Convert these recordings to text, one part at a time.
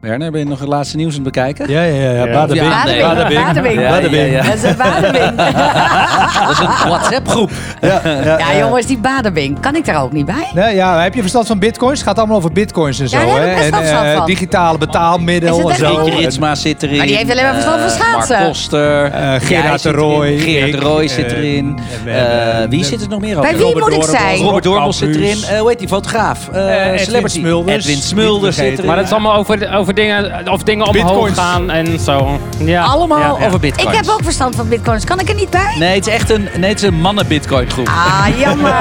Werner, ben je nog het laatste nieuws aan het bekijken? Ja, ja, ja. ja. Ja. Badabing. Ja, nee. Badabing. Badabing. Ja, ja, ja. Dat is een badebing. Dat is een WhatsApp-groep. Ja, ja, Ja, ja. jongens, die badebing. Kan ik daar ook niet bij? Nee, ja, maar heb je verstand van bitcoins? Het gaat allemaal over bitcoins en zo. Ja, daar heb hè? ik best en verstand eh, van. digitale betaalmiddel Is het en echt zo. Eetje niet? En, Ritsma zit erin. Maar die heeft alleen maar verstand van Eh, schaatsen. Mark Koster. eh, jij Gerard zit de Roy. erin, Gerard de ik, Roy zit eh, erin. en we hebben- Eh, wie zit er nog meer op? Bij wie Robert moet ik Doornbos. zijn? Robert Doornbos zit Rob erin. Campus. Eh, hoe heet die fotograaf? Eh, Eh, Edwin celebrity. Smulders. Edwin Niet Smulders vergeten. zit erin. Maar dat is allemaal over, over dingen, of dingen omhoog Bitcoins. gaan en zo. Ja. Allemaal Ja, ja. over bitcoins. Ik heb ook verstand van bitcoins. Kan ik er niet bij? Nee, het is echt een, nee, het is een mannen-bitcoin groep. Ah, jammer.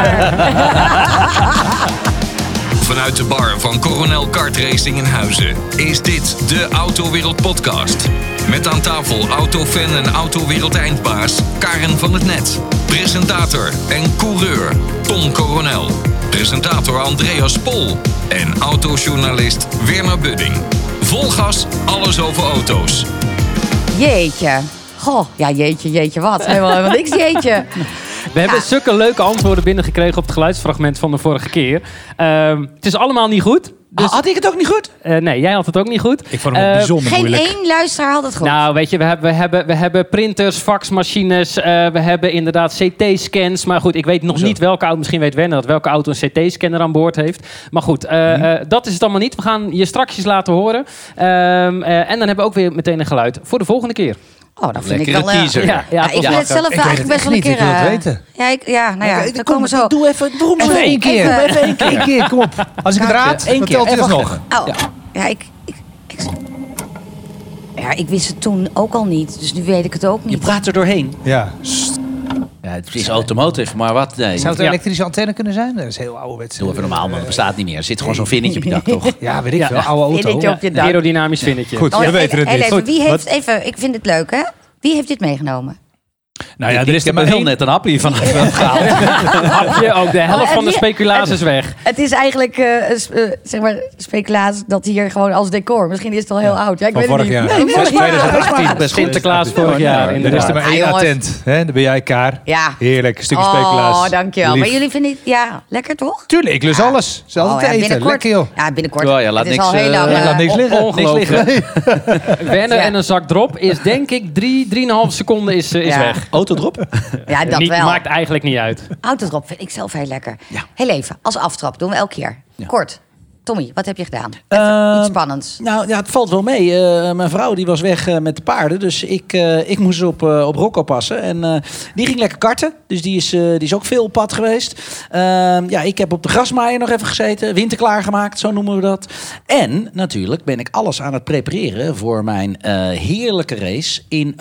Vanuit de bar van Coronel Kart Racing in Huizen is dit de Autowereld Podcast. Met aan tafel autofan en autowereld eindbaas Karen van het Net. Presentator en coureur Tom Coronel. Presentator Andreas Pol. En autojournalist Werner Budding. Vol gas, alles over auto's. Jeetje. Goh, ja jeetje, jeetje wat. Helemaal, helemaal niks jeetje. We hebben zulke leuke antwoorden binnengekregen op het geluidsfragment van de vorige keer. Ehm, het is allemaal niet goed. dus- Ah, had ik het ook niet goed? Eh, nee, jij had het ook niet goed. Ik vond hem ook Eh, bijzonder Geen moeilijk. één luisteraar had het goed. Nou, weet je, we hebben, we hebben, we hebben printers, faxmachines, eh, we hebben inderdaad CT-scans. Maar goed, ik weet nog niet welke auto, misschien weet Werner dat welke auto een CT-scanner aan boord heeft. Maar goed, eh, Mhm. eh, dat is het allemaal niet. We gaan je straks laten horen. Ehm, eh, en dan hebben we ook weer meteen een geluid voor de volgende keer. oh, dat vind ik Lekkere wel... eh, teaser. Ja, ja, ja, ik toch wil wel. het zelf wel weet het eigenlijk best wel een echt keer... niet, ik wil het eh, weten. Ja, ik, ja, nou ja, dan komen we zo. Doe even, doe hem Even zo. één keer. Even- Doe even één keer. Eén keer, kom op. Als ik het raad, Eén dan keer. telt hij Even alsnog. wachten. Oh, ja, ik, ik, ik... Ja, ik wist het toen ook al niet. Dus nu weet ik het ook Je niet. praat er doorheen. Ja. Ja, het is automotive, maar wat? Nee. Zou het een Ja. elektrische antenne kunnen zijn? Dat is heel ouderwets. Doe even normaal, man. Dat bestaat niet meer. Er zit gewoon zo'n vinnetje op je dak, toch? Ja, weet ik Ja. veel. Oude Vind ik auto. op je dak. Aerodynamisch vinnetje. Goed, Oh, we even- weten het heel niet. Even, Goed, wie wat- heeft, even, ik vind het leuk, hè? Wie heeft dit meegenomen? Nou ik ik heb maar heel één- net een hapje van gehaald. Hapje, ook de helft Oh, en van de die- speculaas is weg. Het is eigenlijk, eh, s- eh, zeg maar, speculaas dat hier gewoon als decor. Misschien is het al heel oud. Ja, ik Van weet het vorig niet. jaar. Nee, vorig jaar. 2018. Best goed. Sinterklaas vorig jaar, Er is er inderdaad. maar één Ah, jongens. attent. Hè? Dan ben jij Kaar. Ja. Heerlijk, een stukje speculaas. Oh, dankjewel. Lief. Maar jullie vinden het, ja, lekker toch? Tuurlijk, ik lus alles. Ze Oh, altijd ja, eten. binnenkort, Lekker joh. Ja, binnenkort. Ja, ja, laat het is niks, al heel eh, lang. ja, eh, laat niks liggen. Ongelooflijk. Werner Ja. en een zak drop is denk ik 3, 3,5 seconden is, eh, is Ja. weg. Autodrop? Ja, dat Niet, wel. maakt eigenlijk niet uit. Houd het erop, vind ik zelf heel lekker. Ja. Heel even, als aftrap doen we elke keer. Kort. Tommy, wat heb je gedaan? Ehm, Iets spannends. Nou ja, het valt wel mee. Eh, mijn vrouw die was weg eh, met de paarden. Dus ik, eh, ik moest op, eh, op Rocco passen. En eh, die ging lekker karten. Dus die is, eh, die is ook veel op pad geweest. Ehm, ja, ik heb op de grasmaaier nog even gezeten. Winter klaargemaakt, zo noemen we dat. En natuurlijk ben ik alles aan het prepareren voor mijn eh, heerlijke race in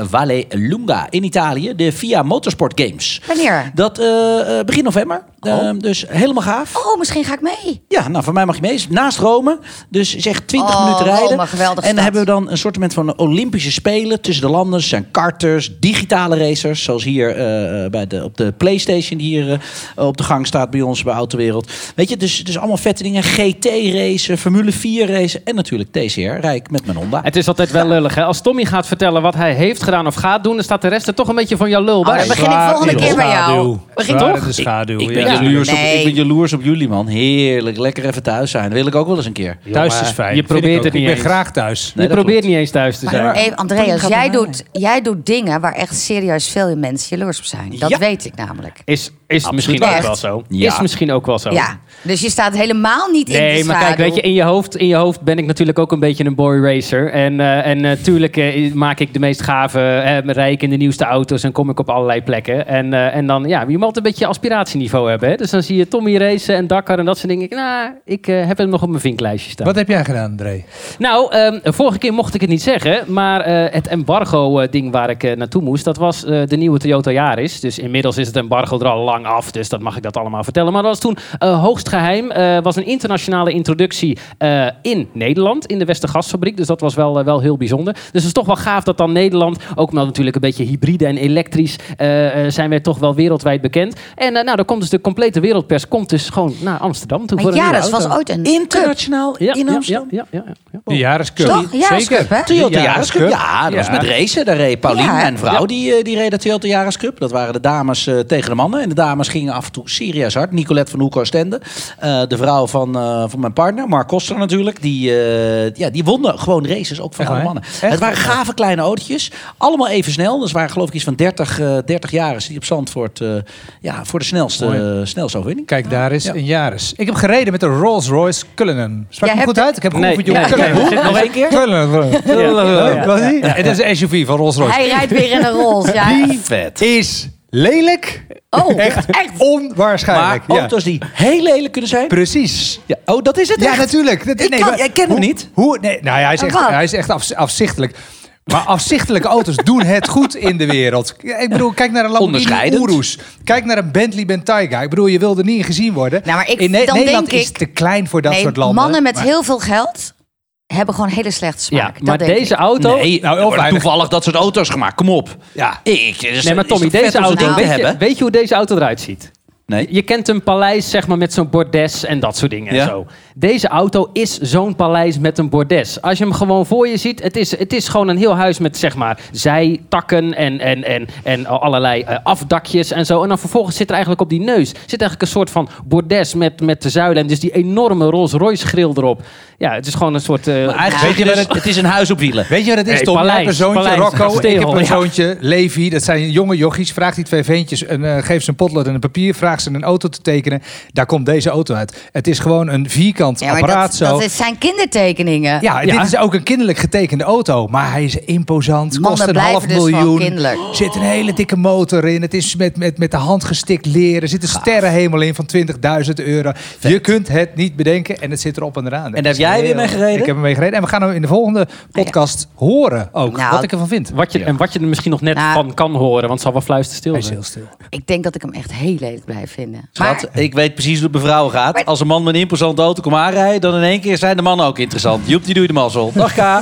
Vallelunga in Italië. De Via Motorsport Games. Wanneer? Dat eh, eh, begin november. Ehm, dus helemaal gaaf. Oh, misschien ga ik mee. Ja, nou, van mij mag je mee. Is Naast Rome. Dus zeg 20 Oh, minuten Rome, rijden. geweldige en dan stad. hebben we dan een soort van Olympische Spelen tussen de landen. Er zijn karters, digitale racers. Zoals hier eh, bij de, op de PlayStation, die hier eh, op de gang staat bij ons bij Autowereld. Weet je, dus, dus allemaal vette dingen. GT-racen, Formule 4-racen en natuurlijk TCR. Rij ik met mijn Honda. Het is altijd wel lullig. Hè? Als Tommy gaat vertellen wat hij heeft gedaan of gaat doen, dan staat de rest er toch een beetje van jouw lul Oh, bij. dan begin ik volgende keer bij jou. Begin Zwaar toch? in de schaduw. Oh ik, ben ja. jaloers op, Nee. ik ben jaloers op jullie, man. Heerlijk. Lekker even thuis zijn. Dat wil ik ook wel eens een keer. Thuis is fijn. je Vind ik probeert ook. het niet Ik ben eens. graag thuis. Nee, je dat probeert klopt. niet eens thuis te zijn. Hey, Andreas, gaat jij erbij. doet, jij doet dingen waar echt serieus veel mensen jaloers op zijn. Dat Ja. weet ik namelijk. Is, is misschien Echt. ook wel zo. Ja. Is misschien ook wel zo. Ja, dus je staat helemaal niet in de Nee, maar kijk, schaduw. weet je, in je, hoofd, in je hoofd ben ik natuurlijk ook een beetje een boy racer. En, eh, en natuurlijk maak ik de meest gave, eh, rij ik in de nieuwste auto's en kom ik op allerlei plekken. En, eh, en dan, ja, je moet altijd een beetje aspiratieniveau hebben. Hè? Dus dan zie je Tommy racen en Dakar en dat soort dingen. Ik, nou, ik eh, heb hem nog op mijn vinklijstje staan. Wat heb jij gedaan, André? Nou, ehm, vorige keer mocht ik het niet zeggen, maar eh, het embargo-ding waar ik eh, naartoe moest, dat was eh, de nieuwe Toyota Yaris. Dus inmiddels is het embargo er al lang af, dus dat mag ik dat allemaal vertellen. Maar dat was toen eh, hoogst geheim. Eh was een internationale introductie eh, in Nederland, in de Westergasfabriek. Dus dat was wel, eh, wel heel bijzonder. Dus het is toch wel gaaf dat dan Nederland, ook wel natuurlijk een beetje hybride en elektrisch, eh, eh, zijn wij toch wel wereldwijd bekend. En eh, nou, dan komt dus de complete wereldpers, komt dus gewoon naar Amsterdam toe Maar voor een nieuwe Jaris was auto. ooit een cup. Internationaal Ja, in ja, Amsterdam. ja, ja, ja, ja. De Jariscup. Toch? Jariscup, hè? Toyota De Yaris Cup. Ja, dat was Ja. met racen. Daar reed Pauline, Ja. mijn vrouw, die, eh, die reed de Toyota Yaris Cup. Dat waren de dames eh, tegen de mannen en de dames gingen af en toe serieus hard. Nicolette van Hoek Oostende, eh, de vrouw van, eh, van mijn partner, Mark Koster natuurlijk. Die, eh, ja, die wonnen gewoon races, ook van Echt alle waar? mannen. Echt? Het waren gave kleine autootjes, allemaal even snel. Dus waren geloof ik iets van 30, eh 30 jaren die op Zandvoort eh, ja, voor de snelste, Mooi. snelste overwinning. Kijk, daar is Ja. een Jaris. Ik heb gereden met de Rolls Royce Cullinan. Sprak Jij ik hem goed hebt- uit? Ik heb Nee, geoefend, jongen. ja, Cullinan. ja, ja. Nog één keer? Cullinan. Cullinan. Was die? Het is een SUV van Rolls Royce. Hij rijdt weer in een Rolls. Ja. Vet. Is lelijk. Oh, Echt, Maar onwaarschijnlijk. ja. auto's die heel lelijk kunnen zijn. Precies. Ja, oh, dat is het Ja, echt? natuurlijk. Dat, Ik kan- maar- ik ken hem hoe- niet. Hoe, nee, nou, ja, hij is echt, Wat? hij is echt afs- afzichtelijk. Maar afzichtelijke auto's doen het goed in de wereld. Ja, Ik bedoel, kijk naar een Lamborghini Onderscheidend. Urus. Kijk naar een Bentley Bentayga. Ik bedoel, je wil er niet in gezien worden. Nou, maar ik- in Ne- dan Nederland denk is ik- te klein voor dat nee, soort landen. mannen met Maar- heel veel geld hebben gewoon hele slechte smaak. Ja, Dat maar denk deze ik. auto... Nee, Nou, nou, heel weinig. toevallig dat soort auto's gemaakt. Kom op. Ja. Ik, is- Nee, maar is Tommy, toch vet deze om zo'n auto, ding te weet, je, hebben. weet je hoe deze auto eruit ziet? Nee. Je kent een paleis zeg maar, met zo'n bordes en dat soort dingen. Ja. En zo. Deze auto is zo'n paleis met een bordes. Als je hem gewoon voor je ziet, het is, het is gewoon een heel huis met zeg maar, zijtakken en, en, en, en allerlei eh, afdakjes en zo. En dan vervolgens zit er eigenlijk op die neus zit eigenlijk een soort van bordes met, met de zuilen. En dus die enorme Rolls Royce grill erop. Ja, het is gewoon een soort... eh, Eigenlijk Weet je zeg je wat dus, het is een huis op wielen. Weet je wat het is, Hey, Tom? Jij Paleis, hebt een zoontje, Paleis, Rocco. Kasteel, ik heb ja. een zoontje, Levi. Dat zijn jonge jochies. Vraag die twee veentjes, een, eh, geef ze een potlood en een papier. Vraag ze een auto te tekenen. Daar komt deze auto uit. Het is gewoon een vierkant Ja, maar apparaat dat, zo. dat is zijn kindertekeningen. Ja, Ja. dit is ook een kinderlijk getekende auto. Maar hij is imposant. Mannen kost een blijven half dus gewoon miljoen. kinderlijk. zit een hele dikke motor in. Het is met, met, met de hand gestikt leren. Er zit een sterrenhemel in van 20.000 euro. Je kunt het niet bedenken. En het zit erop en eraan. Dat En daar is heb jij weer heel- mee gereden? Ik heb hem mee gereden. En we gaan hem in de volgende podcast horen ook. Nou, wat ik ervan vind. wat je, en wat je er misschien nog net Nou. van kan horen, want het zal wel fluisterstil Hij zijn. is heel stil. Ik denk dat ik hem echt heel lelijk blijf vinden. Maar, Schat, ik weet precies hoe het mevrouw gaat. Maar- Als een man met een imposante auto komt aanrijden, dan in één keer zijn de mannen ook interessant. Joep, die doe je de mazzel. Dag K.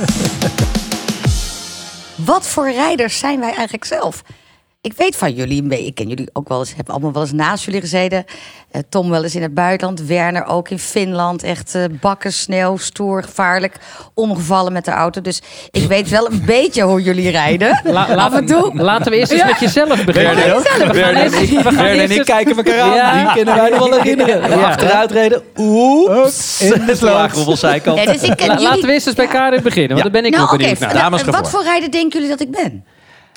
Wat voor rijders zijn wij eigenlijk zelf? Ik weet van jullie, een beetje- ik ken jullie ook wel eens, heb allemaal wel eens naast jullie gezeten. Eh, Tom wel eens in het buitenland, Werner ook in Finland. Echt eh, bakken, sneeuw, stoer, gevaarlijk, omgevallen met de auto. Dus ik weet wel een beetje hoe jullie rijden. La- Af en toe. Laten we eerst eens met jezelf beginnen. Werner ook. We gaan Werner eerst- en ik- we gaan Werner en eerst ik eens- kijken elkaar aan. Ja. Die kunnen wij nog wel herinneren. Ja. Achteruitreden. Oeps. In de sloot. Slagen we op zijkant. Nee, dus ik ken La- jullie- Laten we eerst eens bij Ja. Karin beginnen, want Ja. daar ben ik nou, nog oké, benieuwd naar. nou, Dames gaan wat voor. voor rijder denken jullie dat ik ben?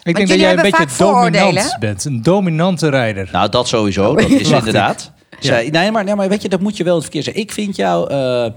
Ik denk dat jullie jij een hebben beetje vaak vooroordelen, dominant hè? bent. Een dominante rijder. Nou, dat sowieso. Oh, Dat is Wacht inderdaad. Zij, nee, maar, nee, maar weet je, dat moet je wel het verkeer zeggen. Ik vind jou, eh, eh,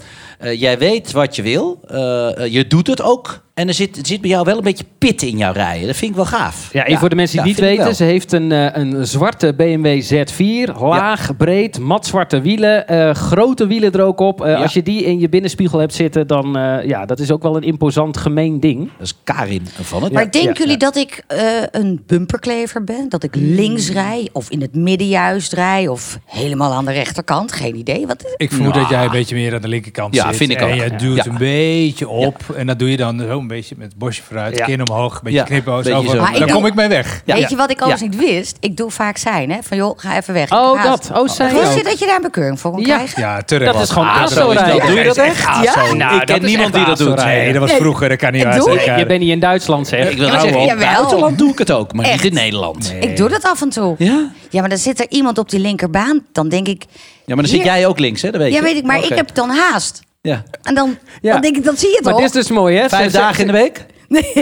jij weet wat je wil. Eh, eh, je doet het ook. En er zit, er zit bij jou wel een beetje pit in jouw rijden. Dat vind ik wel gaaf. Ja, en voor de mensen die ja, het niet vind ik wel. weten, ze heeft een, eh, een zwarte BMW Z4. Laag, breed, matzwarte wielen. eh, grote wielen er ook op. Eh, Ja. Als je die in je binnenspiegel hebt zitten, dan eh, ja, dat is ook wel een imposant gemeen ding. Dat is Karin van het. Maar denken ja, jullie ja. dat ik eh, een bumperklever ben? Dat ik links rij of in het midden juist rij of helemaal aan de rechterkant? Geen idee. Wat is Ik vermoed dat jij een beetje meer aan de linkerkant Ja, zit. vind ik en ook. je duwt Ja. een beetje op. En dat doe je dan zo een beetje met het bosje vooruit. Ja. Kin omhoog, een beetje Ja, knipoog. beetje Zo. "Nou, zo. Maar ik Dan doe- kom ik mee weg. Ja. Weet je wat ik overigens Ja. niet wist? Ik doe vaak zijn, hè? Van joh, ga even weg. Ik Oh, heb haast. dat. Oh, zij Wist je ook. dat je daar een bekeuring voor kon Ja. krijgen? Ja, terecht. Dat is gewoon Ah, zo is dat. ASO-rijden. Doe je dat echt? Ja? Nou, ik ken dat is niemand echt die dat doet. Nee, dat was vroeger. Dat kan niet eh, En waar doe zijn, ik? Je Karin. bent niet in Duitsland, zeg. Ik wil Ja, maar zeggen, zeg- in het jawel. buitenland doe ik het ook, maar Echt? niet in Nederland. Ik doe dat af en toe. Ja? Ja, maar dan zit er iemand op die linkerbaan. Dan denk ik. Ja, maar dan zit hier- jij ook links, hè? Dat weet Ja, je. weet ik, maar Oké. ik heb dan haast. Ja. En dan, Ja. dan denk ik, dan zie je het Maar al. dit is dus mooi, hè? Vijf Ze- ze- dagen in de week?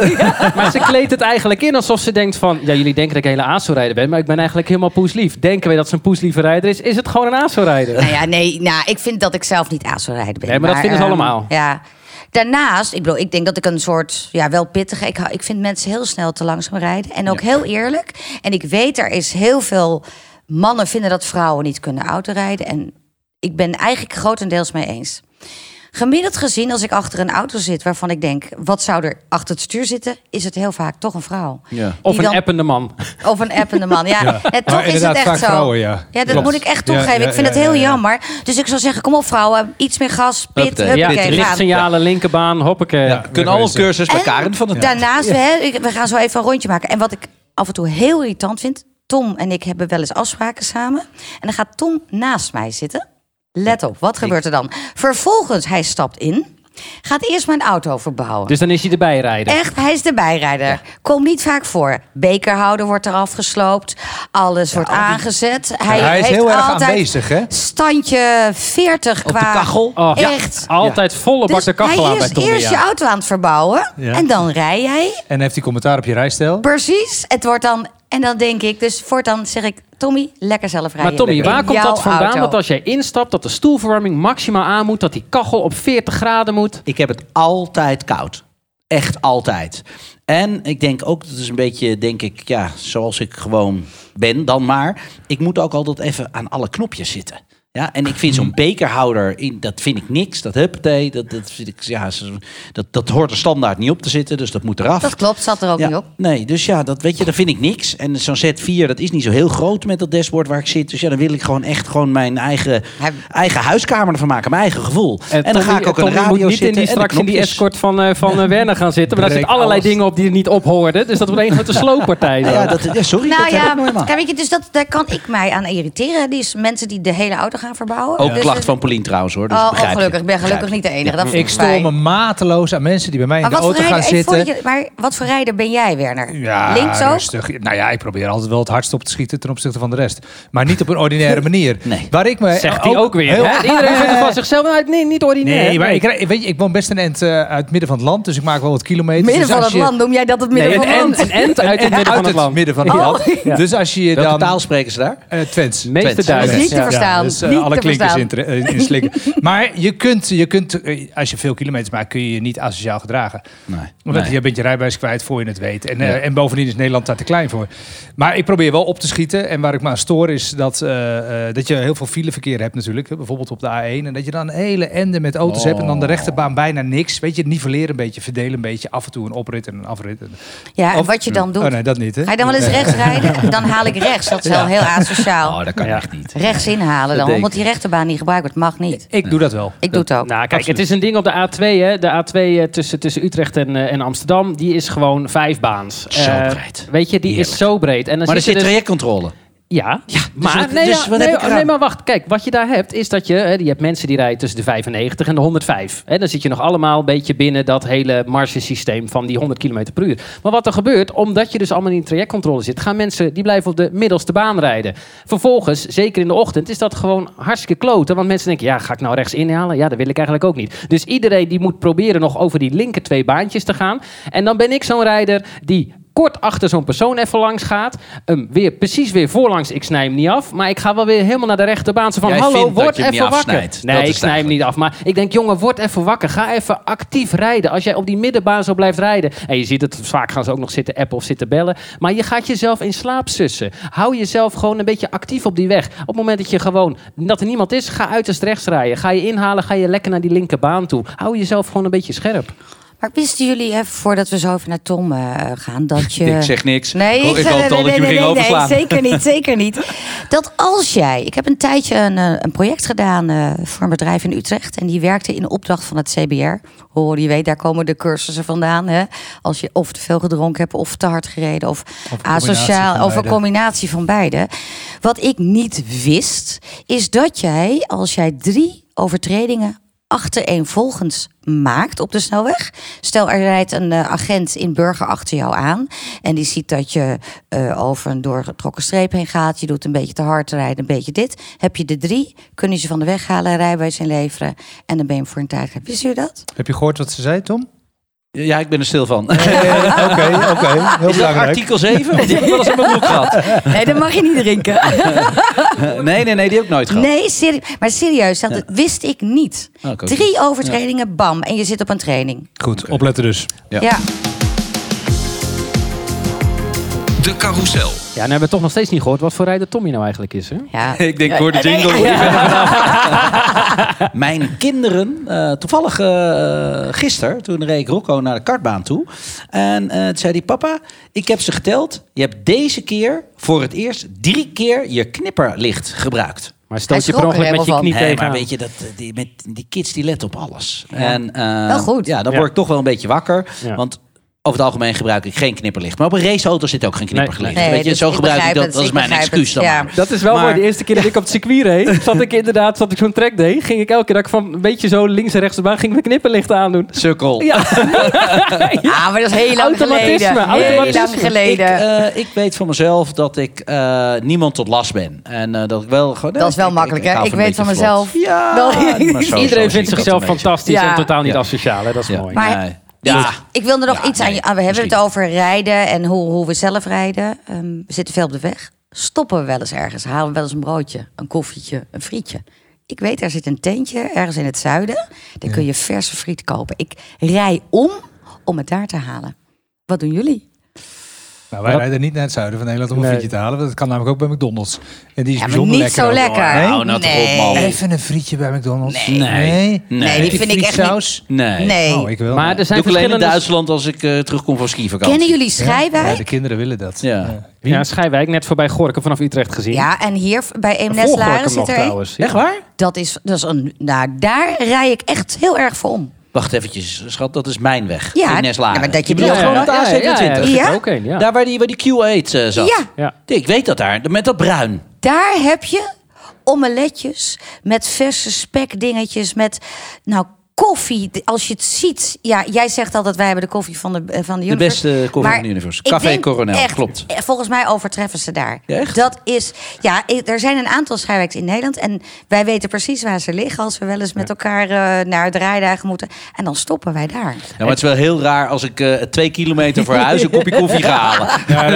Maar ze kleedt het eigenlijk in alsof ze denkt van... Ja, jullie denken dat ik een hele ASO-rijder ben, maar ik ben eigenlijk helemaal poeslief. Denken wij dat ze een poeslieve rijder is? Is het gewoon een ASO-rijder? Nou ja, nee, nou, ik vind dat ik zelf niet aan zou rijden ben. Nee, maar dat vinden ze ehm, allemaal. Ja. Daarnaast, ik bedoel, ik denk dat ik een soort, ja, wel pittige. Ik, hou- ik vind mensen heel snel te langzaam rijden. En ook heel eerlijk. En ik weet, er is heel veel mannen vinden dat vrouwen niet kunnen autorijden. En ik ben eigenlijk grotendeels mee eens. Gemiddeld gezien, als ik achter een auto zit waarvan ik denk, wat zou er achter het stuur zitten, is het heel vaak toch een vrouw. Ja. Of Die een dan- appende man? Of een appende man. Ja, Ja. En Maar toch is het inderdaad, echt vaak zo. vrouwen, ja. dat Klopt. moet ik echt Ja, toegeven. ja, ik vind ja, het heel ja, ja. jammer. Dus ik zou zeggen, kom op vrouwen, iets meer gas, pit, Huppatee. huppakee, Ja, Ja, Oké, lichtsignalen, gaan. linkerbaan, hoppakee. Ja, we kunnen alle wegwezen. cursus bij Karin van het. Daarnaast, we, hè, ik- we gaan zo even een rondje maken. En wat ik af en toe heel irritant vind... Tom en ik hebben wel eens afspraken samen. En dan gaat Tom naast mij zitten. Let op, wat gebeurt er dan? Vervolgens, hij stapt in... Gaat eerst mijn auto verbouwen. Dus dan is hij erbij rijden. Echt, hij is de bijrijder. Komt niet vaak voor. Bekerhouder wordt eraf gesloopt. Alles wordt aangezet. Hij, hij is heeft heel erg altijd aanwezig, hè? Standje 40 qua... kachel. Oh, ja. Echt. Altijd volle bak Dus de kachel hij aan bij is Tommy. eerst je ja. auto aan het verbouwen. Ja. En dan rij jij. En heeft hij commentaar op je rijstijl? Precies. Het wordt dan... En dan denk ik, dus voortaan zeg ik... Tommy, lekker zelf rijden. Maar Tommy, In waar komt jouw dat vandaan auto. dat als jij instapt, dat de stoelverwarming maximaal aan moet, dat die kachel op 40 graden moet? Ik heb het altijd koud. Echt altijd. En ik denk ook, dat is een beetje, denk ik, ja, zoals ik gewoon ben dan maar. Ik moet ook altijd even aan alle knopjes zitten. Ja, en ik vind zo'n bekerhouder, in, dat vind ik niks. Dat huppatee, dat, dat, vind ik, ja, zo- dat, dat hoort er standaard niet op te zitten. Dus dat moet eraf. Dat klopt, zat er ook niet op. Nee, dus ja, dat weet je, dat vind ik niks. En zo'n Z4, dat is niet zo heel groot met dat dashboard waar ik zit. Dus ja, dan wil ik gewoon echt gewoon mijn eigen, Hij- eigen huiskamer ervan maken. Mijn eigen gevoel. En, dan Tommy- ga ik ook aan de Tommy radio moet niet in zitten die, en de straks in die knopjes. escort van, eh, van eh, Werner gaan zitten. Maar daar Breek zitten allerlei alles. dingen op die er niet op hoorden. Dus dat wordt een grote slooppartij. Ja, dan. ja, dat, ja, sorry, dat Nou heb ja, ik nooit kijk, maar. weet je, dus dat, daar kan ik mij aan irriteren. Die is mensen die de hele auto gaan verbouwen. Ook Dus klacht het- van Paulien trouwens hoor. Dus Oh, oh, begrijp je. gelukkig. Ik ben gelukkig Begrijp je. niet de enige. Dat vind Ik stoor fijn. me mateloos aan mensen die bij mij in Maar de wat, voor auto gaan rijder, hey, zitten. vond je- maar wat voor rijder ben jij, Werner? Ja, Links ook? rustig. Nou ja, ik probeer altijd wel het hardst op te schieten ten opzichte van de rest. Maar niet op een ordinaire manier. Nee. Waar ik me Zegt hij Eh, ook weer. hè? Iedereen vindt het van zichzelf nou, nee, niet ordinair. Nee, maar ik, rij- weet je, ik woon best een end eh, uit het midden van het land, dus ik maak wel wat kilometers. Midden Dus van als het je- land, noem jij dat het midden Nee, een van het Oh. land? ent, een ent uit het Uit midden van het land. midden van het land. Ja. Dus als je Welke dan... taal spreken ze daar? eh, Twents. Meeste Twents. Dat is Duitsers. niet te verstaan. dus, eh, niet alle te klinkers verstaan. in, eh, in slikken. maar je kunt, je kunt eh, als je veel kilometers maakt, kun je je niet asociaal gedragen. Nee. Omdat Nee. je een beetje rijbewijs kwijt voor je het weet. En, eh, en bovendien is Nederland daar te klein voor. Maar ik probeer wel op te schieten. En waar ik me aan stoor is dat, eh, eh, dat je heel veel fileverkeer hebt natuurlijk. hè, Bijvoorbeeld op de A1. En dat je dan een hele ende met auto's hebt. En dan de rechterbaan bijna niks. Weet je, nivelleren een beetje, verdelen een beetje. Af en toe een oprit en een afrit. En- Ja, en Of- wat je dan doet. Oh nee, dat niet hè? Ga je dan wel eens rechts rijden? Dan haal ik rechts. Dat is wel heel asociaal. Oh, dat kan Ja. echt niet. rechts inhalen Dat dan, denk omdat die rechterbaan niet gebruikt wordt. Mag niet. Ik doe dat wel. Ik doe het ook. Nou, kijk, het is een ding op de A2, hè. De A2 eh, tussen, tussen Utrecht en, eh, en Amsterdam, die is gewoon vijfbaans. Zo Eh, breed. Weet je, die is zo breed. En dan Maar er zit zit je dus- trajectcontrole. Ja, maar, wat- nee, dus ja, wat nee, oh, heb ik eraan? nee, maar wacht. Kijk, wat je daar hebt, is dat je, hè, je hebt mensen die rijden tussen de 95 en de 105. Hè, dan zit je nog allemaal een beetje binnen dat hele margesysteem van die 100 km per uur. Maar wat er gebeurt, omdat je dus allemaal in die trajectcontrole zit, gaan mensen, die blijven op de middelste baan rijden. Vervolgens, zeker in de ochtend, is dat gewoon hartstikke kloten. Want mensen denken, ja, ga ik nou rechts inhalen? Ja, dat wil ik eigenlijk ook niet. Dus iedereen die moet proberen nog over die linker twee baantjes te gaan. En dan ben ik zo'n rijder die kort achter zo'n persoon even langs gaat. Hem weer, precies weer voorlangs. Ik snij hem niet af. Maar ik ga wel weer helemaal naar de rechterbaan. Zo van, Jij hallo, vindt dat word je hem even niet wakker. afsnijdt. Dat Nee, is ik snij hem eigenlijk. niet af. Maar ik denk, jongen, word even wakker. Ga even actief rijden. Als jij op die middenbaan zo blijft rijden. En je ziet het, vaak gaan ze ook nog zitten appen of zitten bellen. Maar je gaat jezelf in slaap sussen. Hou jezelf gewoon een beetje actief op die weg. Op het moment dat je gewoon, dat er niemand is, ga uiterst rechts rijden. Ga je inhalen, ga je lekker naar die linkerbaan toe. Hou jezelf gewoon een beetje scherp. Maar wisten jullie, even voordat we zo even naar Tom eh, gaan, dat je... Ik zeg niks. Nee, Ik ho- ik zeg- hoopte nee, al dat nee, je me nee, ging nee, overslaan. Nee, zeker niet, zeker niet. Dat als jij... Ik heb een tijdje een, eh, een project gedaan eh, voor een bedrijf in Utrecht. En die werkte in opdracht van het CBR. Hoor, je weet, daar komen de cursussen vandaan. Hè? Als je of te veel gedronken hebt, of te hard gereden, of, combinatie van asociaal. Of een beide. combinatie van beide. Wat ik niet wist, is dat jij, als jij drie overtredingen achtereenvolgens maakt op de snelweg. Stel, er rijdt een eh, agent in burger achter jou aan... en die ziet dat je eh, over een doorgetrokken streep heen gaat... je doet een beetje te hard rijden, een beetje dit. Heb je de drie, kun je ze van de weg halen, rijbewijs inleveren... en dan ben je hem voor een tijd kwijt. Wist u dat? Heb je gehoord wat ze zei, Tom? Ja, ik ben er stil van. Eh, Oké, oké. Heel Is dat belangrijk. artikel 7? Want die heb ik wel eens in mijn broek gehad. Nee, dat mag je niet drinken. Nee, nee, nee, die heb ik nooit gehad. Nee, serie- maar serieus, dat wist ik niet. Ah, ik ook Drie overtredingen, bam, en je zit op een training. Goed, opletten dus. Ja. Ja. De carousel. Ja, en hebben we toch nog steeds niet gehoord wat voor rijder Tommy nou eigenlijk is, hè? Ja. Ik denk, ik hoor de jingle. Ik ben er vanaf. Mijn kinderen, eh, toevallig eh gisteren, toen reed ik Rocco naar de kartbaan toe. En eh toen zei hij, papa, ik heb ze geteld. Je hebt deze keer voor het eerst drie keer je knipperlicht gebruikt. Maar Hij stoot je per schrok er ongeluk met je helemaal knie van. Nee, tegen maar aan. weet je, dat, die, met, die kids die letten op alles. En, eh, Wel goed. Ja, dan Ja. word ik toch wel een beetje wakker. Ja. Want Over het algemeen gebruik ik geen knipperlicht. Maar op een raceauto zit ook geen knipperlicht. Nee, Weet je, dus zo ik gebruik ik begrijp dat. het, Dat is ik mijn begrijp excuus het, dan. ja. maar. Dat is wel Maar- mooi. De eerste keer dat ik op het circuit reed, zat ik inderdaad, zat ik zo'n track deed, ging ik elke keer dat ik van een beetje zo links en rechts erbij ging mijn knipperlicht aandoen. Sukkel. Ja. Ah, maar dat is heel lang Automatisme, geleden. Heel automatisme. Oh, lang geleden. Eh, dus Ik, eh, ik weet van mezelf dat ik eh, niemand tot last ben. En eh, dat ik wel gewoon. Dat is wel ik- ik- makkelijk, ik hè? hou Ik een weet van beetje vlot. mezelf. Ja, Wel- maar zo- zo Iedereen zie ik vindt dat zichzelf een beetje. fantastisch Ja. en totaal niet Ja. asociaal. Hè? Dat is Ja. mooi. Maar- Nee. Ja. Ik wilde nog Ja, iets aan nee, je. ah, We hebben het misschien. over rijden en hoe, hoe we zelf rijden. Ehm, we zitten veel op de weg. Stoppen we wel eens ergens. Halen we wel eens een broodje, een koffietje, een frietje. Ik weet, daar zit een tentje ergens in het zuiden. Daar kun je verse friet kopen. Ik rij om om het daar te halen. Wat doen jullie? Nou, wij Ja. rijden niet naar het zuiden van Nederland om een Nee. frietje te halen. want Dat kan namelijk ook bij McDonald's. En die is Ja, maar bijzonder niet lekker. zo ook. lekker. Nee? Nou, nou toch op, man. nee. Even een frietje bij McDonald's. Nee. Nee. Nee, die vind ik echt frietsaus? Nee. Nee. Oh, ik wil. Maar er Doe zijn ik alleen in verschillende... Duitsland als ik eh, terugkom van skivakantie. Kennen jullie Ja, Schrijwijk? de kinderen willen dat. Ja. Wie? Ja, Schijwijk, net voorbij Gorkum, vanaf Utrecht gezien. Ja, en hier bij Eemnes Voor Gorkum Laren nog zit er een. trouwens. Ja. Echt waar? Dat is, dat is een. Nou, daar rij ik echt heel erg voor om. Wacht eventjes, schat, dat is mijn weg. Ja, in Neslaren. ja, maar dat je bedoelt die- gewoon ja, op de A27. Ja, ja, daar zit Ja? er ook een, ja. Daar waar die, waar die Q8 eh, zat. Ja. Ja. Ik weet dat daar, met dat bruin. Daar heb je omeletjes met verse spekdingetjes, met nou koffie. Als je het ziet, ja, jij zegt altijd wij hebben de koffie van de eh, van de, De universe. beste koffie Maar van de universe. ik Café denk Coronel, echt, klopt. eh, Volgens mij overtreffen ze daar. Ja, echt? Dat is, ja, ik- er zijn een aantal schrijwijks in Nederland en wij weten precies waar ze liggen als we wel eens met elkaar eh, naar draaidagen moeten en dan stoppen wij daar. Ja, maar het is wel heel raar als ik eh, twee kilometer voor huis een kopje koffie ga halen.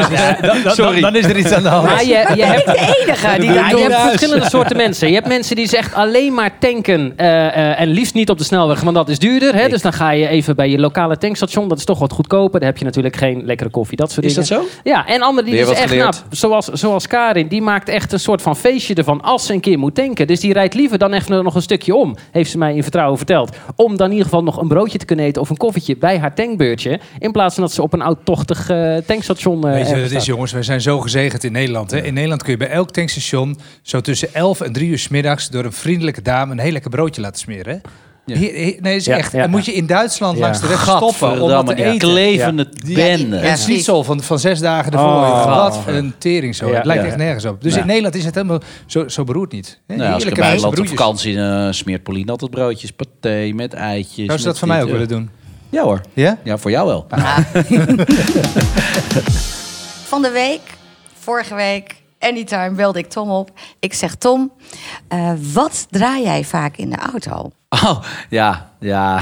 Sorry. Dan is er iets aan de hand. Maar je, je hebt De enige die Ja, daar je hebt doet. verschillende soorten mensen. Je hebt mensen die zegt alleen maar tanken eh, eh, en liefst niet op de snelweg, want dat is duurder. Hè? Dus dan ga je even bij je lokale tankstation, dat is toch wat goedkoper. Daar heb je natuurlijk geen lekkere koffie, dat soort Is dingen. dat zo? Ja, en anderen die Weer dus wat echt, geleerd. nou, zoals, zoals Karin, die maakt echt een soort van feestje ervan als ze een keer moet tanken. Dus die rijdt liever dan even nog een stukje om, heeft ze mij in vertrouwen verteld. Om dan in ieder geval nog een broodje te kunnen eten of een koffietje bij haar tankbeurtje. In plaats van dat ze op een oudtochtig eh, tankstation eh, Weet je wat ergens het is, staat. jongens? Wij zijn zo gezegend in Nederland. Hè? In Nederland kun je bij elk tankstation zo tussen 11 en 3 uur 's middags door een vriendelijke dame een heel lekker broodje laten smeren. hè? Hier, hier- nee, is Ja, echt. ja. Dan moet je in Duitsland Ja. langs de weg stoppen om wat te die eten. klevende bende. Een schnitzel van, van zes dagen ervoor. Oh. Wat een tering zo. Ja, het lijkt ja. echt nergens op. Dus Ja. in Nederland is het helemaal zo, zo beroerd niet. Hè? Nou, als ik Heerlijke in wijze Nederland op broodjes. vakantie eh, smeert Pauline altijd broodjes, paté met eitjes. Zou ze dat met van mij dit, ook eh. willen doen? Ja hoor. Ja? Ah. Ja, voor jou wel. Van de week, vorige week, anytime belde ik Tom op. Ik zeg Tom, eh, wat draai jij vaak in de auto? Oh, ja, ja,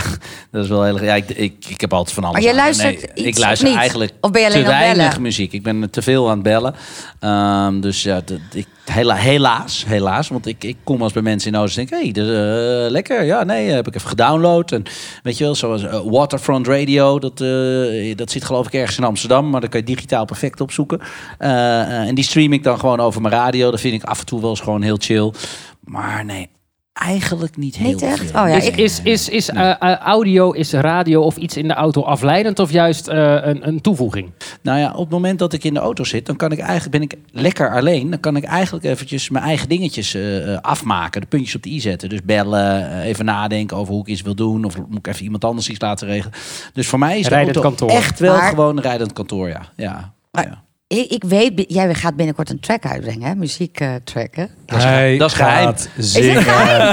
dat is wel heel erg. Ja, ik, ik, ik heb altijd van alles. Maar jij aan. luistert iets ik of luister niet? eigenlijk Of ben je alleen te aan het weinig bellen? muziek. Ik ben te veel aan het bellen. Ehm, dus ja, dat- ik, hela- helaas, helaas. Want ik, ik kom als bij mensen in Oost en denk, hé, hey, dat is, eh, lekker. Ja, nee, heb ik even gedownload. En weet je wel, zoals eh, Waterfront Radio, dat, eh, dat zit geloof ik ergens in Amsterdam, maar dat kan je digitaal perfect opzoeken. Eh, eh, en die stream ik dan gewoon over mijn radio. Dat vind ik af en toe wel eens gewoon heel chill. Maar nee. Eigenlijk niet heel Niet echt? veel. Oh ja, Is, ik- Dus is, is, is eh, eh, audio, is radio of iets in de auto afleidend of juist eh, een, een toevoeging? Nou ja, op het moment dat ik in de auto zit, dan kan ik eigenlijk, ben ik lekker alleen. Dan kan ik eigenlijk eventjes mijn eigen dingetjes eh, eh, afmaken. De puntjes op de i zetten. Dus bellen, eh, even nadenken over hoe ik iets wil doen. Of moet ik even iemand anders iets laten regelen. Dus voor mij is de Rijdend auto kantoor. echt wel Maar- gewoon een rijdend kantoor, ja. ja. Maar- ja. Ik, ik weet, bi- jij gaat binnenkort een track uitbrengen, hè? muziek eh, track. Hè? Hij dat is geheim. gaat zingen.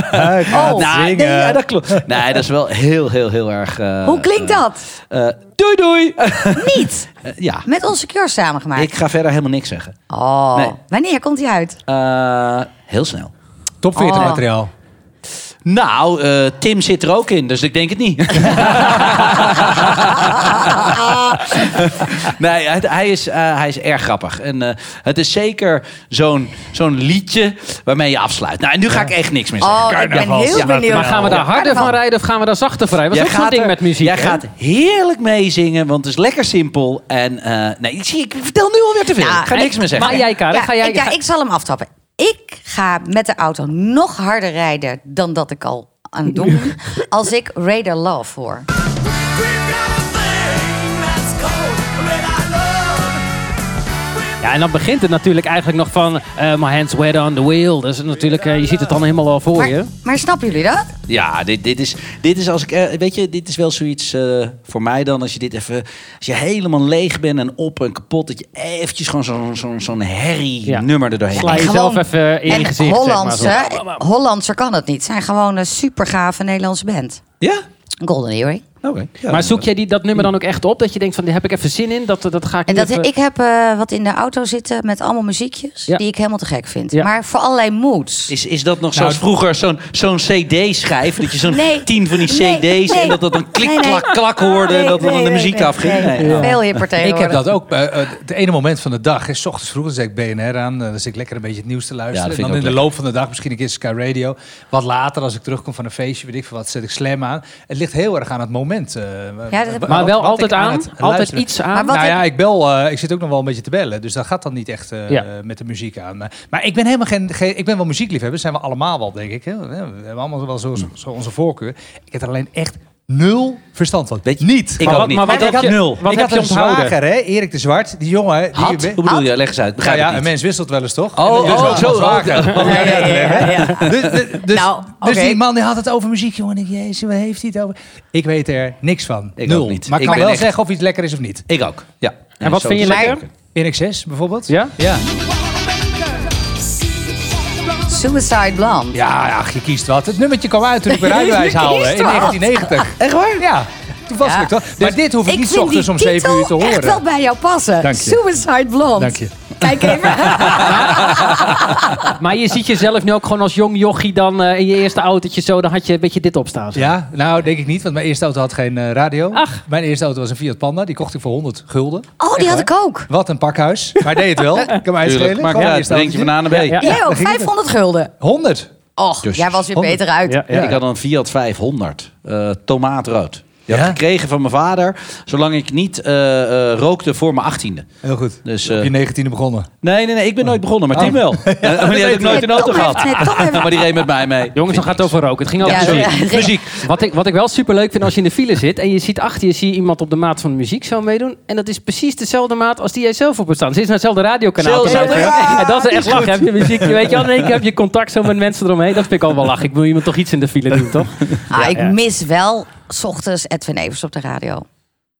Hij gaat Oh. Nou, nee, zingen. ja, dat klopt. Nee, dat is wel heel, heel, heel erg... eh, Hoe klinkt dat? eh, doei, doei! Niet! Eh, ja, Met onze cure samengemaakt. ik ga verder helemaal niks zeggen. Oh. Nee. Wanneer komt die uit? Eh, heel snel. Top 40 Oh. materiaal. Nou, eh, Tim zit er ook in, dus ik denk het niet. nee, hij, hij is, eh, hij is erg grappig. En eh, het is zeker zo'n zo'n liedje waarmee je afsluit. Nou, en nu ga ik echt niks meer zeggen. Oh, ik ben heel Carnavalsnacht. benieuwd. Maar gaan we daar harder van rijden of gaan we daar zachter van rijden? Wat is ook zo'n ding er- met muziek? Jij hè? gaat heerlijk meezingen, want het is lekker simpel. En eh, nee, ik, zie, ik vertel nu alweer te veel. Ja, ik ga En- niks meer zeggen. Maar jij, Karin, Ja, ga jij... ik, ja, ga- ik zal hem aftappen. Ik ga met de auto nog harder rijden dan dat ik al aan het doen ben, als ik Raider Love hoor. Ja, Ja, en dan begint het natuurlijk eigenlijk nog van... eh, my hands wet on the wheel. Dus natuurlijk, eh, je ziet het dan helemaal al voor je. Maar, maar snappen jullie dat? Ja, dit, dit, is, dit is als ik. eh, Weet je, dit is wel zoiets eh, voor mij dan. Als je dit even. Als je helemaal leeg bent en op en kapot. Dat je eventjes gewoon zo'n zo'n zo'n herrie Ja. nummer er doorheen. Sla En jezelf gewoon- even in je en gezicht. Hollandse, zeg maar, Hollandse kan het niet. Het zijn gewoon een supergave Nederlandse band. Ja? Golden Earring. Oké. Ja, zo. maar zoek jij die, dat nummer dan ook echt op? Dat je denkt van, daar heb ik even zin in. Dat, dat ga ik En nu dat, even- ik heb eh, wat in de auto zitten met allemaal muziekjes Ja. die ik helemaal te gek vind. Ja. Maar voor allerlei moods. Is, is dat nog zoals Nou, vroeger zo'n zo'n CD-schijf? Dat je zo'n Nee. tien van die CD's Nee, nee. en dat dat dan klik, Nee, nee. klak, klak hoorde. en Nee, dat er dan nee, de nee, muziek nee, afging. nee, Nee, eh, nee. ja. Veel hipper Ik heb tegenwoordig. dat ook. eh, eh, Het ene moment van de dag, hè, s ochtends vroeg, dan zet ik BNR aan. eh, Dan zit ik lekker een beetje het nieuws te Ja, luisteren. dat en vind dan in ik de ook loop van de dag misschien een keer Sky Radio. Wat later, als ik terugkom van een feestje, weet ik veel wat, zet ik Slam aan. Het ligt heel erg aan het moment. eh, dat heb wat- ik Maar wel wat ik altijd aan. het altijd luisteren- iets aan. Maar wat- nou heb- ja, ik bel. eh, ik zit ook nog wel een beetje te bellen. Dus dat gaat dan niet echt eh, Ja. met de muziek aan. Maar- Maar ik ben helemaal geen. geen- ik ben wel muziekliefhebber. Zijn we allemaal wel, denk ik. Hè? We hebben allemaal wel zo, zo onze voorkeur. Ik heb er alleen echt nul verstand van. Weet je, niet. ik ook wat- niet. maar wat ik heb had je- nul. wat ik heb had je een onthouden? zwager, hè? Erik de Zwart. Die jongen. Die Had? Hoe bedoel je? Leg eens uit. nou Begrijp ja, ik een niet. mens wisselt wel eens toch? Oh, En oh, wel zo, een oh, zwager. ja. Om jou uit te leggen. Dus, dus, dus- Nou, dus oké. die man die had het over muziek, jongen. Ik denk, jezus, waar heeft hij het over? Ik weet er niks van. Ik Nul. ook niet. Maar ik Ik kan ben wel echt- zeggen of iets lekker is of niet. Ik ook. Ja. En wat zo vind je is het lekker? ook. In excess bijvoorbeeld? Ja? Ja. Suicide Blonde. Ja, ach, je kiest wat. Het nummertje kwam uit toen ik mijn rijbewijs Je haalde kiest in wat. 1990. Echt waar? Ja, toepasselijk Ja. Dus toch? Maar dit hoef ik, Ik niet vind die ochtends om 7 uur te titel echt wel horen. bij jou passen. Dank je. Suicide Blonde. Dank je. Kijk even. Maar je ziet jezelf nu ook gewoon als jong jochie dan eh, in je eerste autootje zo. Dan had je een beetje dit opstaan. zeg. Ja, nou denk ik niet, want mijn eerste auto had geen eh, radio. Mijn eerste auto was een Fiat Panda, die kocht ik voor 100 gulden. Oh, die Echt had waar. ik ook. Wat een pakhuis. Maar deed het wel. Ik kan mij het Tuurlijk. schelen. Maakt Gewoon niet mijn uit. eerste Drinkje autootje. van A naar B. Ja. Jij ook, ging het. 500 gulden. 100. Och, Dus jij was weer 100. beter uit. Ja, ja. Ja, Ik had een Fiat 500, eh, tomaatrood. Die had Ja? ik gekregen van mijn vader, zolang ik niet eh, eh, rookte voor mijn achttiende. Heel goed. Dus, Op eh, je 19e begonnen. nee, nee, nee, ik ben nooit begonnen, maar Tim wel. Eh, maar die had ik nooit een auto Tom heeft- gehad. nee, Tom heeft- Maar die reed met mij mee. Jongens, dan gaat het over roken. Het ging over Ja, muziek. ja, ja. Muziek. Wat ik, wat ik wel super leuk vind als je in de file zit en je ziet achter je zie je iemand op de maat van de muziek zo meedoen. En dat is precies dezelfde maat als die jij zelf op hebt staan. Ze is naar hetzelfde radiokanaal. te Zelfde- luisteren. Ja, en dat is die echt is lachen. goed. Heb je muziek, weet je wel, in één keer heb je contact zo met mensen eromheen. Dat vind ik al wel lachen. Ik wil iemand toch iets in de file doen, toch? Ah, ik ja. mis wel 's ochtends Edwin Evers op de radio.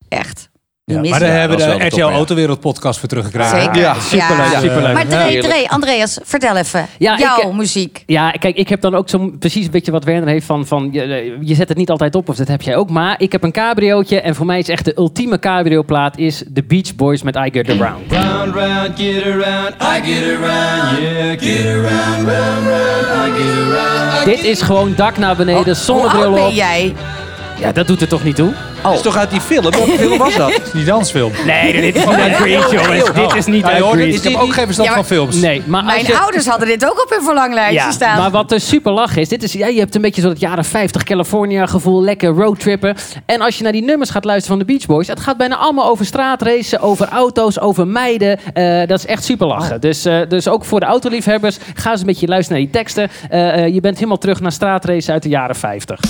Echt. Die mis maar ik. daar Ja, hebben dat is we wel de de RTL top, ja. Autowereld podcast voor teruggekregen. Zeker. Ja, superleuk, superleuk. Maar Ja, Dre, heerlijk. Dre, Andreas, vertel even. Ja, ik- eh, jouw muziek. Ja, kijk, ik heb dan ook zo precies een beetje wat Werner heeft van, van je, eh, je zet het niet altijd op, of dat heb jij ook. Maar ik heb een cabriootje en voor mij is echt de ultieme cabrioplaat is The Beach Boys met I Get Around. Round, round, get around, I get around, yeah, get around, round, round, I get around. Dit is gewoon dak naar beneden, Hoe zonnebril oud ben op. jij? Oh, Ja, dat doet er toch niet toe? Oh. Dat is toch uit die film? Welke film was dat? Die dansfilm. Nee, dit is niet uit Grease, jongens. Dit is niet Ja, je uit hoort het, ik Grease. heb ook geen verstand Ja, van maar- films. Nee, maar als Mijn je... ouders hadden dit ook op hun verlanglijstje Ja, staan. maar wat er super lach is, dit is, ja, je hebt een beetje zo dat jaren 50 California gevoel, lekker roadtrippen. En als je naar die nummers gaat luisteren van de Beach Boys, het gaat bijna allemaal over straatracen, over auto's, over meiden. Eh, dat is echt super lachen. Dus, eh, dus ook voor de autoliefhebbers, ga eens een beetje luisteren naar die teksten. Eh, eh, je bent helemaal terug naar straatracen uit de jaren 50.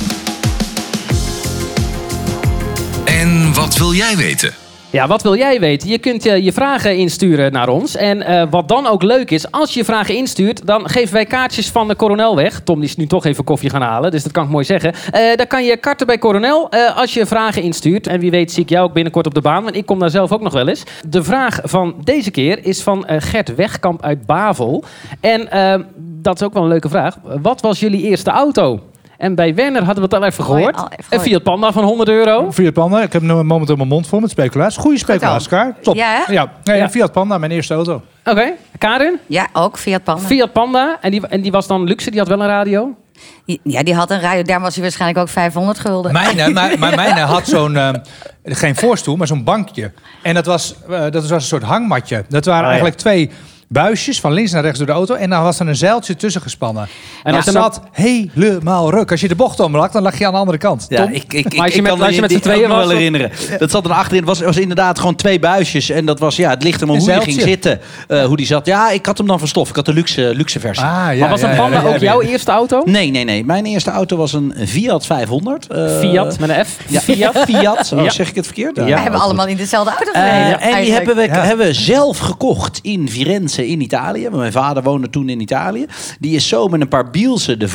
En wat wil jij weten? Ja, wat wil jij weten? Je kunt eh, je vragen insturen naar ons. En eh, wat dan ook leuk is, als je je vragen instuurt, dan geven wij kaartjes van de Coronel weg. Tom die is nu toch even koffie gaan halen, dus dat kan ik mooi zeggen. Eh dan kan je karten bij Coronel eh, als je vragen instuurt. En wie weet zie ik jou ook binnenkort op de baan, want ik kom daar zelf ook nog wel eens. De vraag van deze keer is van eh, Gert Wegkamp uit Bavel. En eh, dat is ook wel een leuke vraag. Wat was jullie eerste auto? En bij Werner hadden we het al even Gooi, gehoord. al even een gehoord. Fiat Panda van 100 euro. Fiat Panda, ik heb nu een moment op mijn mond vol met speculaas. Goede speculaas, Kaar. Top. Ja, hè? ja. Nee, Ja. Fiat Panda, mijn eerste auto. Oké, Karin? Ja, ook Fiat Panda. Fiat Panda, en die, en die was dan luxe, die had wel een radio. Ja, die had een radio. Daar was hij waarschijnlijk ook 500 gulden. Mijne, maar, maar mijne had zo'n, eh, geen voorstoel, maar zo'n bankje. En dat was, eh, dat was een soort hangmatje. Dat waren ja. eigenlijk twee buisjes van links naar rechts door de auto. En daar was er een zeiltje tussen gespannen. En als dat er nou- zat helemaal ruk. Als je de bocht omlag, dan lag je aan de andere kant. Ja, Tom? ik, ik, Maar als ik, je ik met- kan als je me met dit z'n tweeën ook nog was, wel dan- herinneren. Dat zat dan achterin. Het was, was inderdaad gewoon twee buisjes. En dat was, ja, het ligt hem om Een hoe die ging zeiltje. zitten. eh, hoe die zat. Ja, ik had hem dan verstof. Ik had de luxe, luxe versie. Ah, ja, maar was ja, een ja, Panda ja, ja, ook ja. jouw eerste auto? Nee, nee, nee. Mijn eerste auto was een Fiat 500. eh, Fiat, met een F. Ja, Fiat. Fiat. Fiat. Oh, Ja. zeg ik het verkeerd? Ja, we hebben allemaal in dezelfde auto Eh, gereden. en die eigenlijk. hebben we, Ja. hebben we zelf gekocht in Firenze in Italië. Want Mijn vader woonde toen in Italië. Die is zo met een paar Bielse de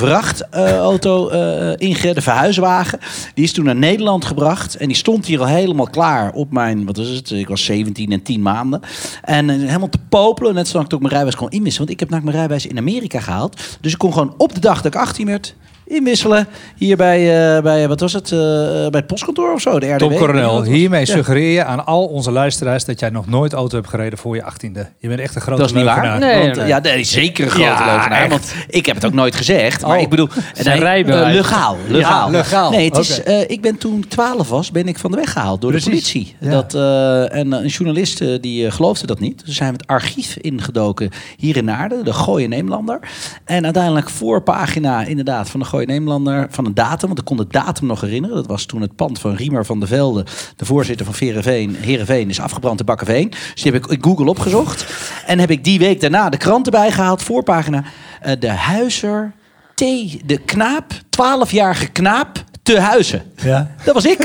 vrachtauto eh inge, de verhuiswagen. Die is toen naar Nederland gebracht. En die stond hier al helemaal klaar op mijn, wat is het? Ik was 17 en 10 maanden. En eh, helemaal te popelen. Net zolang ik ook mijn rijbewijs kon inwisselen. Want ik heb namelijk mijn rijbewijs in Amerika gehaald. Dus ik kon gewoon op de dag dat ik 18 werd... Inwisselen hier bij, eh, bij eh, wat was het, eh, bij het postkantoor of zo, de RDW. Tom Ik weet niet Coronel, wat het was. hiermee Ja. suggereer je aan al onze luisteraars dat jij nog nooit auto hebt gereden voor je achttiende. Je bent echt een grote Dat is niet waar. leugenaar. Nee, want, nee. eh, Ja, nee, zeker een grote Ja, leugenaar. echt. Want ik heb het ook nooit gezegd. Maar Oh, ik bedoel, zijn nee, rijbewijs. eh, legaal. legaal. legaal. Nee, het is, Oké. eh, ik ben toen 12 was, ben ik van de weg gehaald door de Precies, politie. ja. Dat, eh, en eh, een journalist eh, die eh, geloofde dat niet. Dus zijn we het archief ingedoken hier in Naarden, de Gooie Neemlander. En uiteindelijk voorpagina inderdaad van de Gooie Neemlander, van een datum. Want ik kon de datum nog herinneren. Dat was toen het pand van Riemer van der Velde, de voorzitter van Herenveen, Herenveen is afgebrand in Bakkeveen. Dus die heb ik in Google opgezocht. En heb ik die week daarna de krant erbij gehaald, voorpagina. eh, de Huizer T, de Knaap, 12-jarige Knaap, te Huizen. Ja. Dat was ik.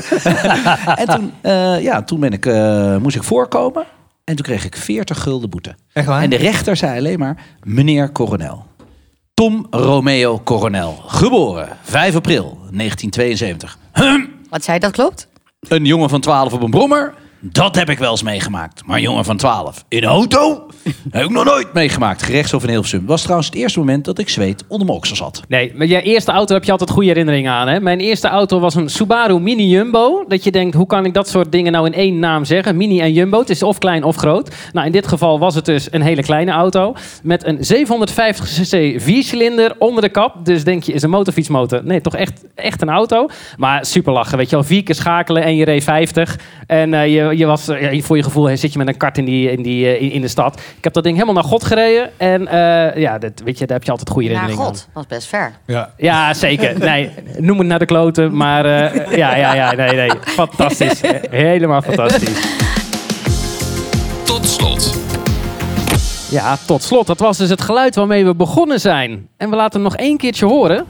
en toen, eh, ja, toen ben ik, eh, moest ik voorkomen. En toen kreeg ik 40 gulden boete. Echt waar? En de rechter zei alleen maar, meneer Coronel. Tom Romeo Coronel, geboren 5 april 1972. Wat zei dat klopt? Een jongen van 12 op een brommer, dat heb ik wel eens meegemaakt. Maar een jongen van 12 in een auto, heb ik nog nooit meegemaakt. Gerechtshof in Hilversum. Was trouwens het eerste moment dat ik zweet onder mijn oksels had. Nee, maar je eerste auto heb je altijd goede herinneringen aan. Hè? Mijn eerste auto was een Subaru Mini Jumbo. Dat je denkt, hoe kan ik dat soort dingen nou in één naam zeggen? Mini en Jumbo, het is of klein of groot. Nou, in dit geval was het dus een hele kleine auto. Met een 750cc viercilinder onder de kap. Dus denk je, is een motorfietsmotor? Nee, toch echt, echt een auto. Maar super lachen, weet je wel. Vier keer schakelen en je reed 50. En eh, je, je was, eh, ja, voor je gevoel eh, zit je met een kart in, die, in, die, eh, in, in de stad. Ik heb dat ding helemaal naar God gereden. En eh, ja, dat, weet je, daar heb je altijd goede Naar herinneringen aan. God, was best ver. Ja. Ja, zeker. Nee, noem het naar de kloten. Maar eh, ja, ja, ja, nee, nee. Fantastisch. Helemaal fantastisch. Tot slot. Ja, tot slot. Dat was dus het geluid waarmee we begonnen zijn. En we laten hem nog één keertje horen.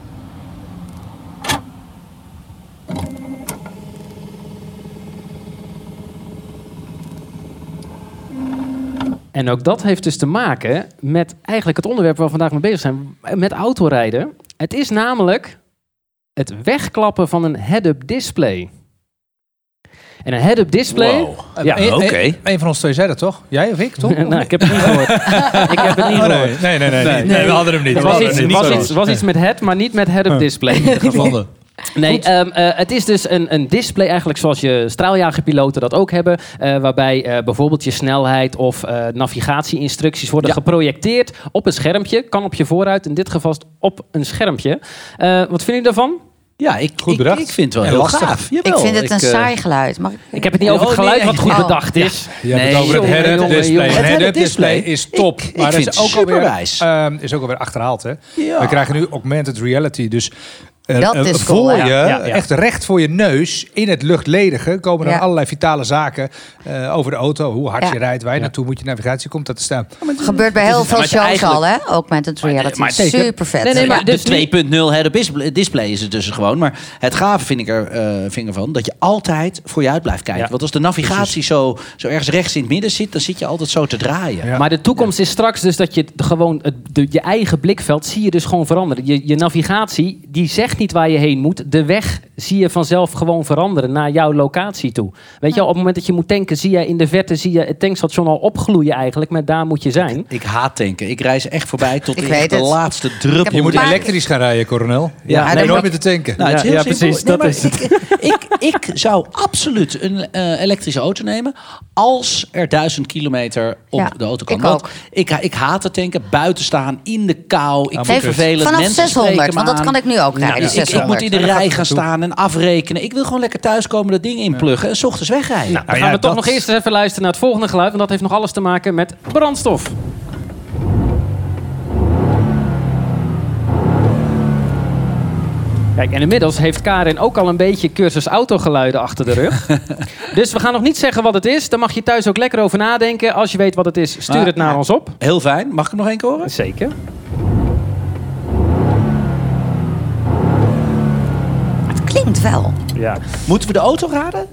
En ook dat heeft dus te maken met eigenlijk het onderwerp waar we vandaag mee bezig zijn. Met autorijden. Het is namelijk het wegklappen van een head-up display. En een head-up display... Ja, Eén- oké. één- één van ons twee zei dat toch? Jij of ik, Tom? nou, ik heb het niet gehoord. ik heb het niet Oh, gehoord. nee. Nee, nee, nee, nee. nee. We hadden hem niet. Het We was hadden iets, hem niet. was, Sorry. iets, was iets met head, maar niet met head-up display. in ieder geval. Gevonden. Nee, ehm, eh, het is dus een, een display eigenlijk zoals je straaljagerpiloten dat ook hebben. eh, waarbij eh, bijvoorbeeld je snelheid of eh, navigatieinstructies worden geprojecteerd op een schermpje. Kan op je vooruit, in dit geval is het op een schermpje. Eh, wat vinden jullie daarvan? Ja, ik, Goed ik, bedacht. ik vind het wel En heel lastig. gaaf. Jawel, Ik vind het een eh, saai geluid. Mag ik- Ik heb het niet over het Oh, nee, geluid wat goed nee. bedacht is. Je hebt Nee, het over het jongen, head-up jongen, display. jongen. Het Het head-up head-up display display is top. ik- ik maar dat vind is het ook alweer, superwijs. ehm, is ook alweer achterhaald. Hè? Ja. We krijgen nu augmented reality. Dus eh, Dat eh, is voor cool, hè? je, Ja, ja, ja. echt recht voor je neus, in het luchtledige, komen er Ja. allerlei vitale zaken eh, over de auto. Hoe hard Ja. je rijdt, waar je naartoe moet, je navigatie komt dat te staan. Gebeurt bij heel veel maar het shows eigenlijk- al, hè? Ook met het reality. maar zeker. Super vet. Nee, nee, maar- de dus nu- 2.0 head-up display- display is het dus gewoon. Maar het gave vind ik, er, eh vind ik ervan dat je altijd voor je uit blijft kijken. Ja. Want als de navigatie zo, zo ergens rechts in het midden zit, dan zit je altijd zo te draaien. Ja. Maar de toekomst is straks dus dat je het gewoon het, de, je eigen blikveld zie je dus gewoon veranderen. Je, je navigatie die zegt niet waar je heen moet. De weg zie je vanzelf gewoon veranderen naar jouw locatie toe. Weet je, wel, op het moment dat je moet tanken, zie je in de verte zie je het tankstation al opgloeien eigenlijk. Met daar moet je zijn. Ik haat tanken. Ik reis echt voorbij tot Ik echt weet de het. laatste druppel. heb Je moet Maar- elektrisch gaan rijden, coronel. Ja, Ja, nee, nooit maar- meer te tanken. Nou, het is Ja, heel ja, simpel. precies, Nee, dat maar is het. Ik, ik, ik zou absoluut een eh, elektrische auto nemen als er duizend kilometer op Ja, de auto kan. ik Want ook. Ik, ik haat het tanken, buiten staan, in de kou. Ik vind het Geef- vervelend. vanaf mensen 600, spreken me want dat aan. kan ik nu ook Nou, rijden, ik- ik, ik 600. moet in de rij gaan staan en afrekenen. Ik wil gewoon lekker thuiskomen dat ding inpluggen en 's ochtends wegrijden. Nou, dan ja, gaan we toch dat- nog eerst eens even luisteren naar het volgende geluid. Want dat heeft nog alles te maken met brandstof. Kijk, en inmiddels heeft Karin ook al een beetje cursus autogeluiden achter de rug. dus we gaan nog niet zeggen wat het is. Daar mag je thuis ook lekker over nadenken. Als je weet wat het is, stuur Maar- het naar ons op. Heel fijn. Mag ik hem nog één keer horen? Zeker. Het klinkt wel. Ja. Moeten we de auto raden?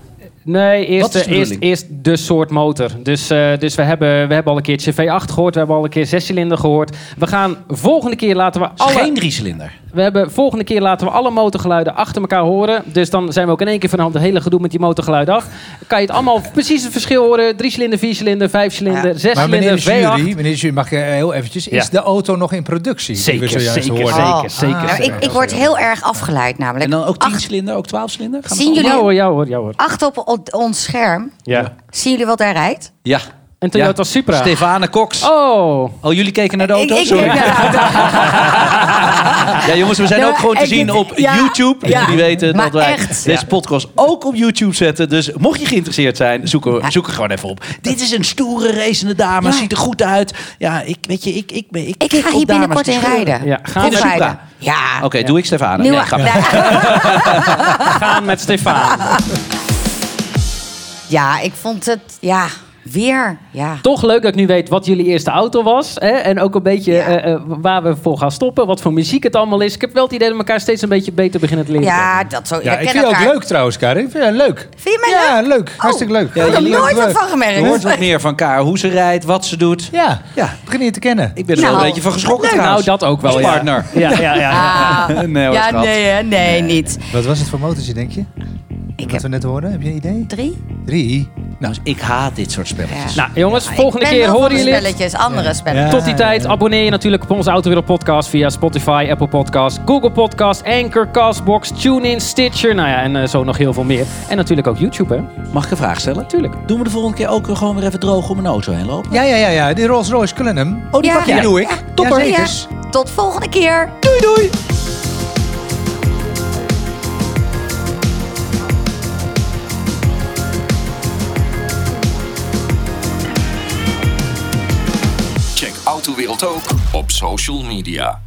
Nee, eerst, Wat is de de eerst, bedoeling? eerst de soort motor. Dus, eh, dus we, hebben, we hebben al een keertje V8 gehoord. We hebben al een keer zescilinder gehoord. We gaan volgende keer laten we alle... Is Geen driecilinder. We hebben volgende keer laten we alle motorgeluiden achter elkaar horen. Dus dan zijn we ook in één keer van de hand het hele gedoe met die motorgeluiden af. Kan je het allemaal precies het verschil horen. Drie cilinder, vier cilinder, vijf cilinder, Ja. zes Maar meneer cilinder, de jury, V8. meneer de jury, mag ik eh, heel eventjes, is Ja. de auto nog in productie? die Zeker, we zeker, zojuist zeker, hoorden? Ah, zeker, zeker. Nou, ik, ik word heel erg afgeleid namelijk. En dan ook Ach- tienecilinder, ook twaalfcilinder? Gaan we Zien het Ja jullie- hoor, ja hoor, ja hoor. Achter op on- ons scherm. Ja. Zien jullie wat daar rijdt? allemaal- Ja. En Toyota Supra. Stefane Cox. Oh. Oh, jullie keken naar de auto? Ik- ik- Sorry. ja, nou, nou, Ja, jongens, we zijn Nou, ook gewoon te ik- zien op ja, YouTube. Dus ja. jullie weten Maar dat wij echt. deze podcast ook op YouTube zetten. Dus mocht je geïnteresseerd zijn, zoek er, Ja. zoek er gewoon even op. Dit is een stoere racende dame. Ja. Ziet er goed uit. Ja, ik weet je, ik, ik ben... Ik, ik tik ga op dames hier binnenkort die in scheuren. rijden. Ja, gaan we Of zoeken. rijden. Ja. Oké, doe ik Stefane. Nieuwe- Nee, grapje. Nou, gaan met Stefan. ja, ik vond het... Ja, weer. Ja. Toch leuk dat ik nu weet wat jullie eerste auto was. Hè? En ook een beetje Ja. eh, eh, waar we voor gaan stoppen. Wat voor muziek het allemaal is. Ik heb wel het idee dat we elkaar steeds een beetje beter beginnen te leren. Ja, dat zo. Ja, ik we kennen vind het elkaar. ook leuk trouwens, Karin. Ik vind het leuk. Vind je mij Ja, leuk? leuk. Hartstikke leuk. Ja, ik heb er nooit wat van Je hoort gemerkt. wat meer van elkaar. Hoe ze rijdt, wat ze doet. Ja, Ja. begin je te kennen. Ik ben er wel Nou, een beetje van geschrokken Nou, trouwens. dat ook wel. Als ja. partner. Ja, ja, ja. ja. Ah. Nee, hoor, ja, schat. nee, hè? nee, niet. Wat was het voor motortje, denk je? Ik Wat heb we net hoorden, heb je een idee? drie. Drie. Nou, ik haat dit soort spelletjes. Ja. Nou, jongens, Ah, Ik volgende ben keer wel van horen de jullie het. spelletjes, andere spelletjes. Tot die tijd abonneer je natuurlijk op onze Autowereld podcast via Spotify, Apple Podcast, Google Podcast, Anchor, Castbox, TuneIn, Stitcher, nou ja, en eh, zo nog heel veel meer. En natuurlijk ook YouTube, hè? Mag ik een vraag stellen? Tuurlijk. Doen we de volgende keer ook gewoon weer even droog om een auto heen lopen? Ja, ja, ja, ja. Die Rolls Royce Cullinan. Oh, die Ja. pak jij. Ja, doe ik. Topper. Jazeker. Ja, tot volgende keer. Doei, doei. Check Autowereld ook op social media.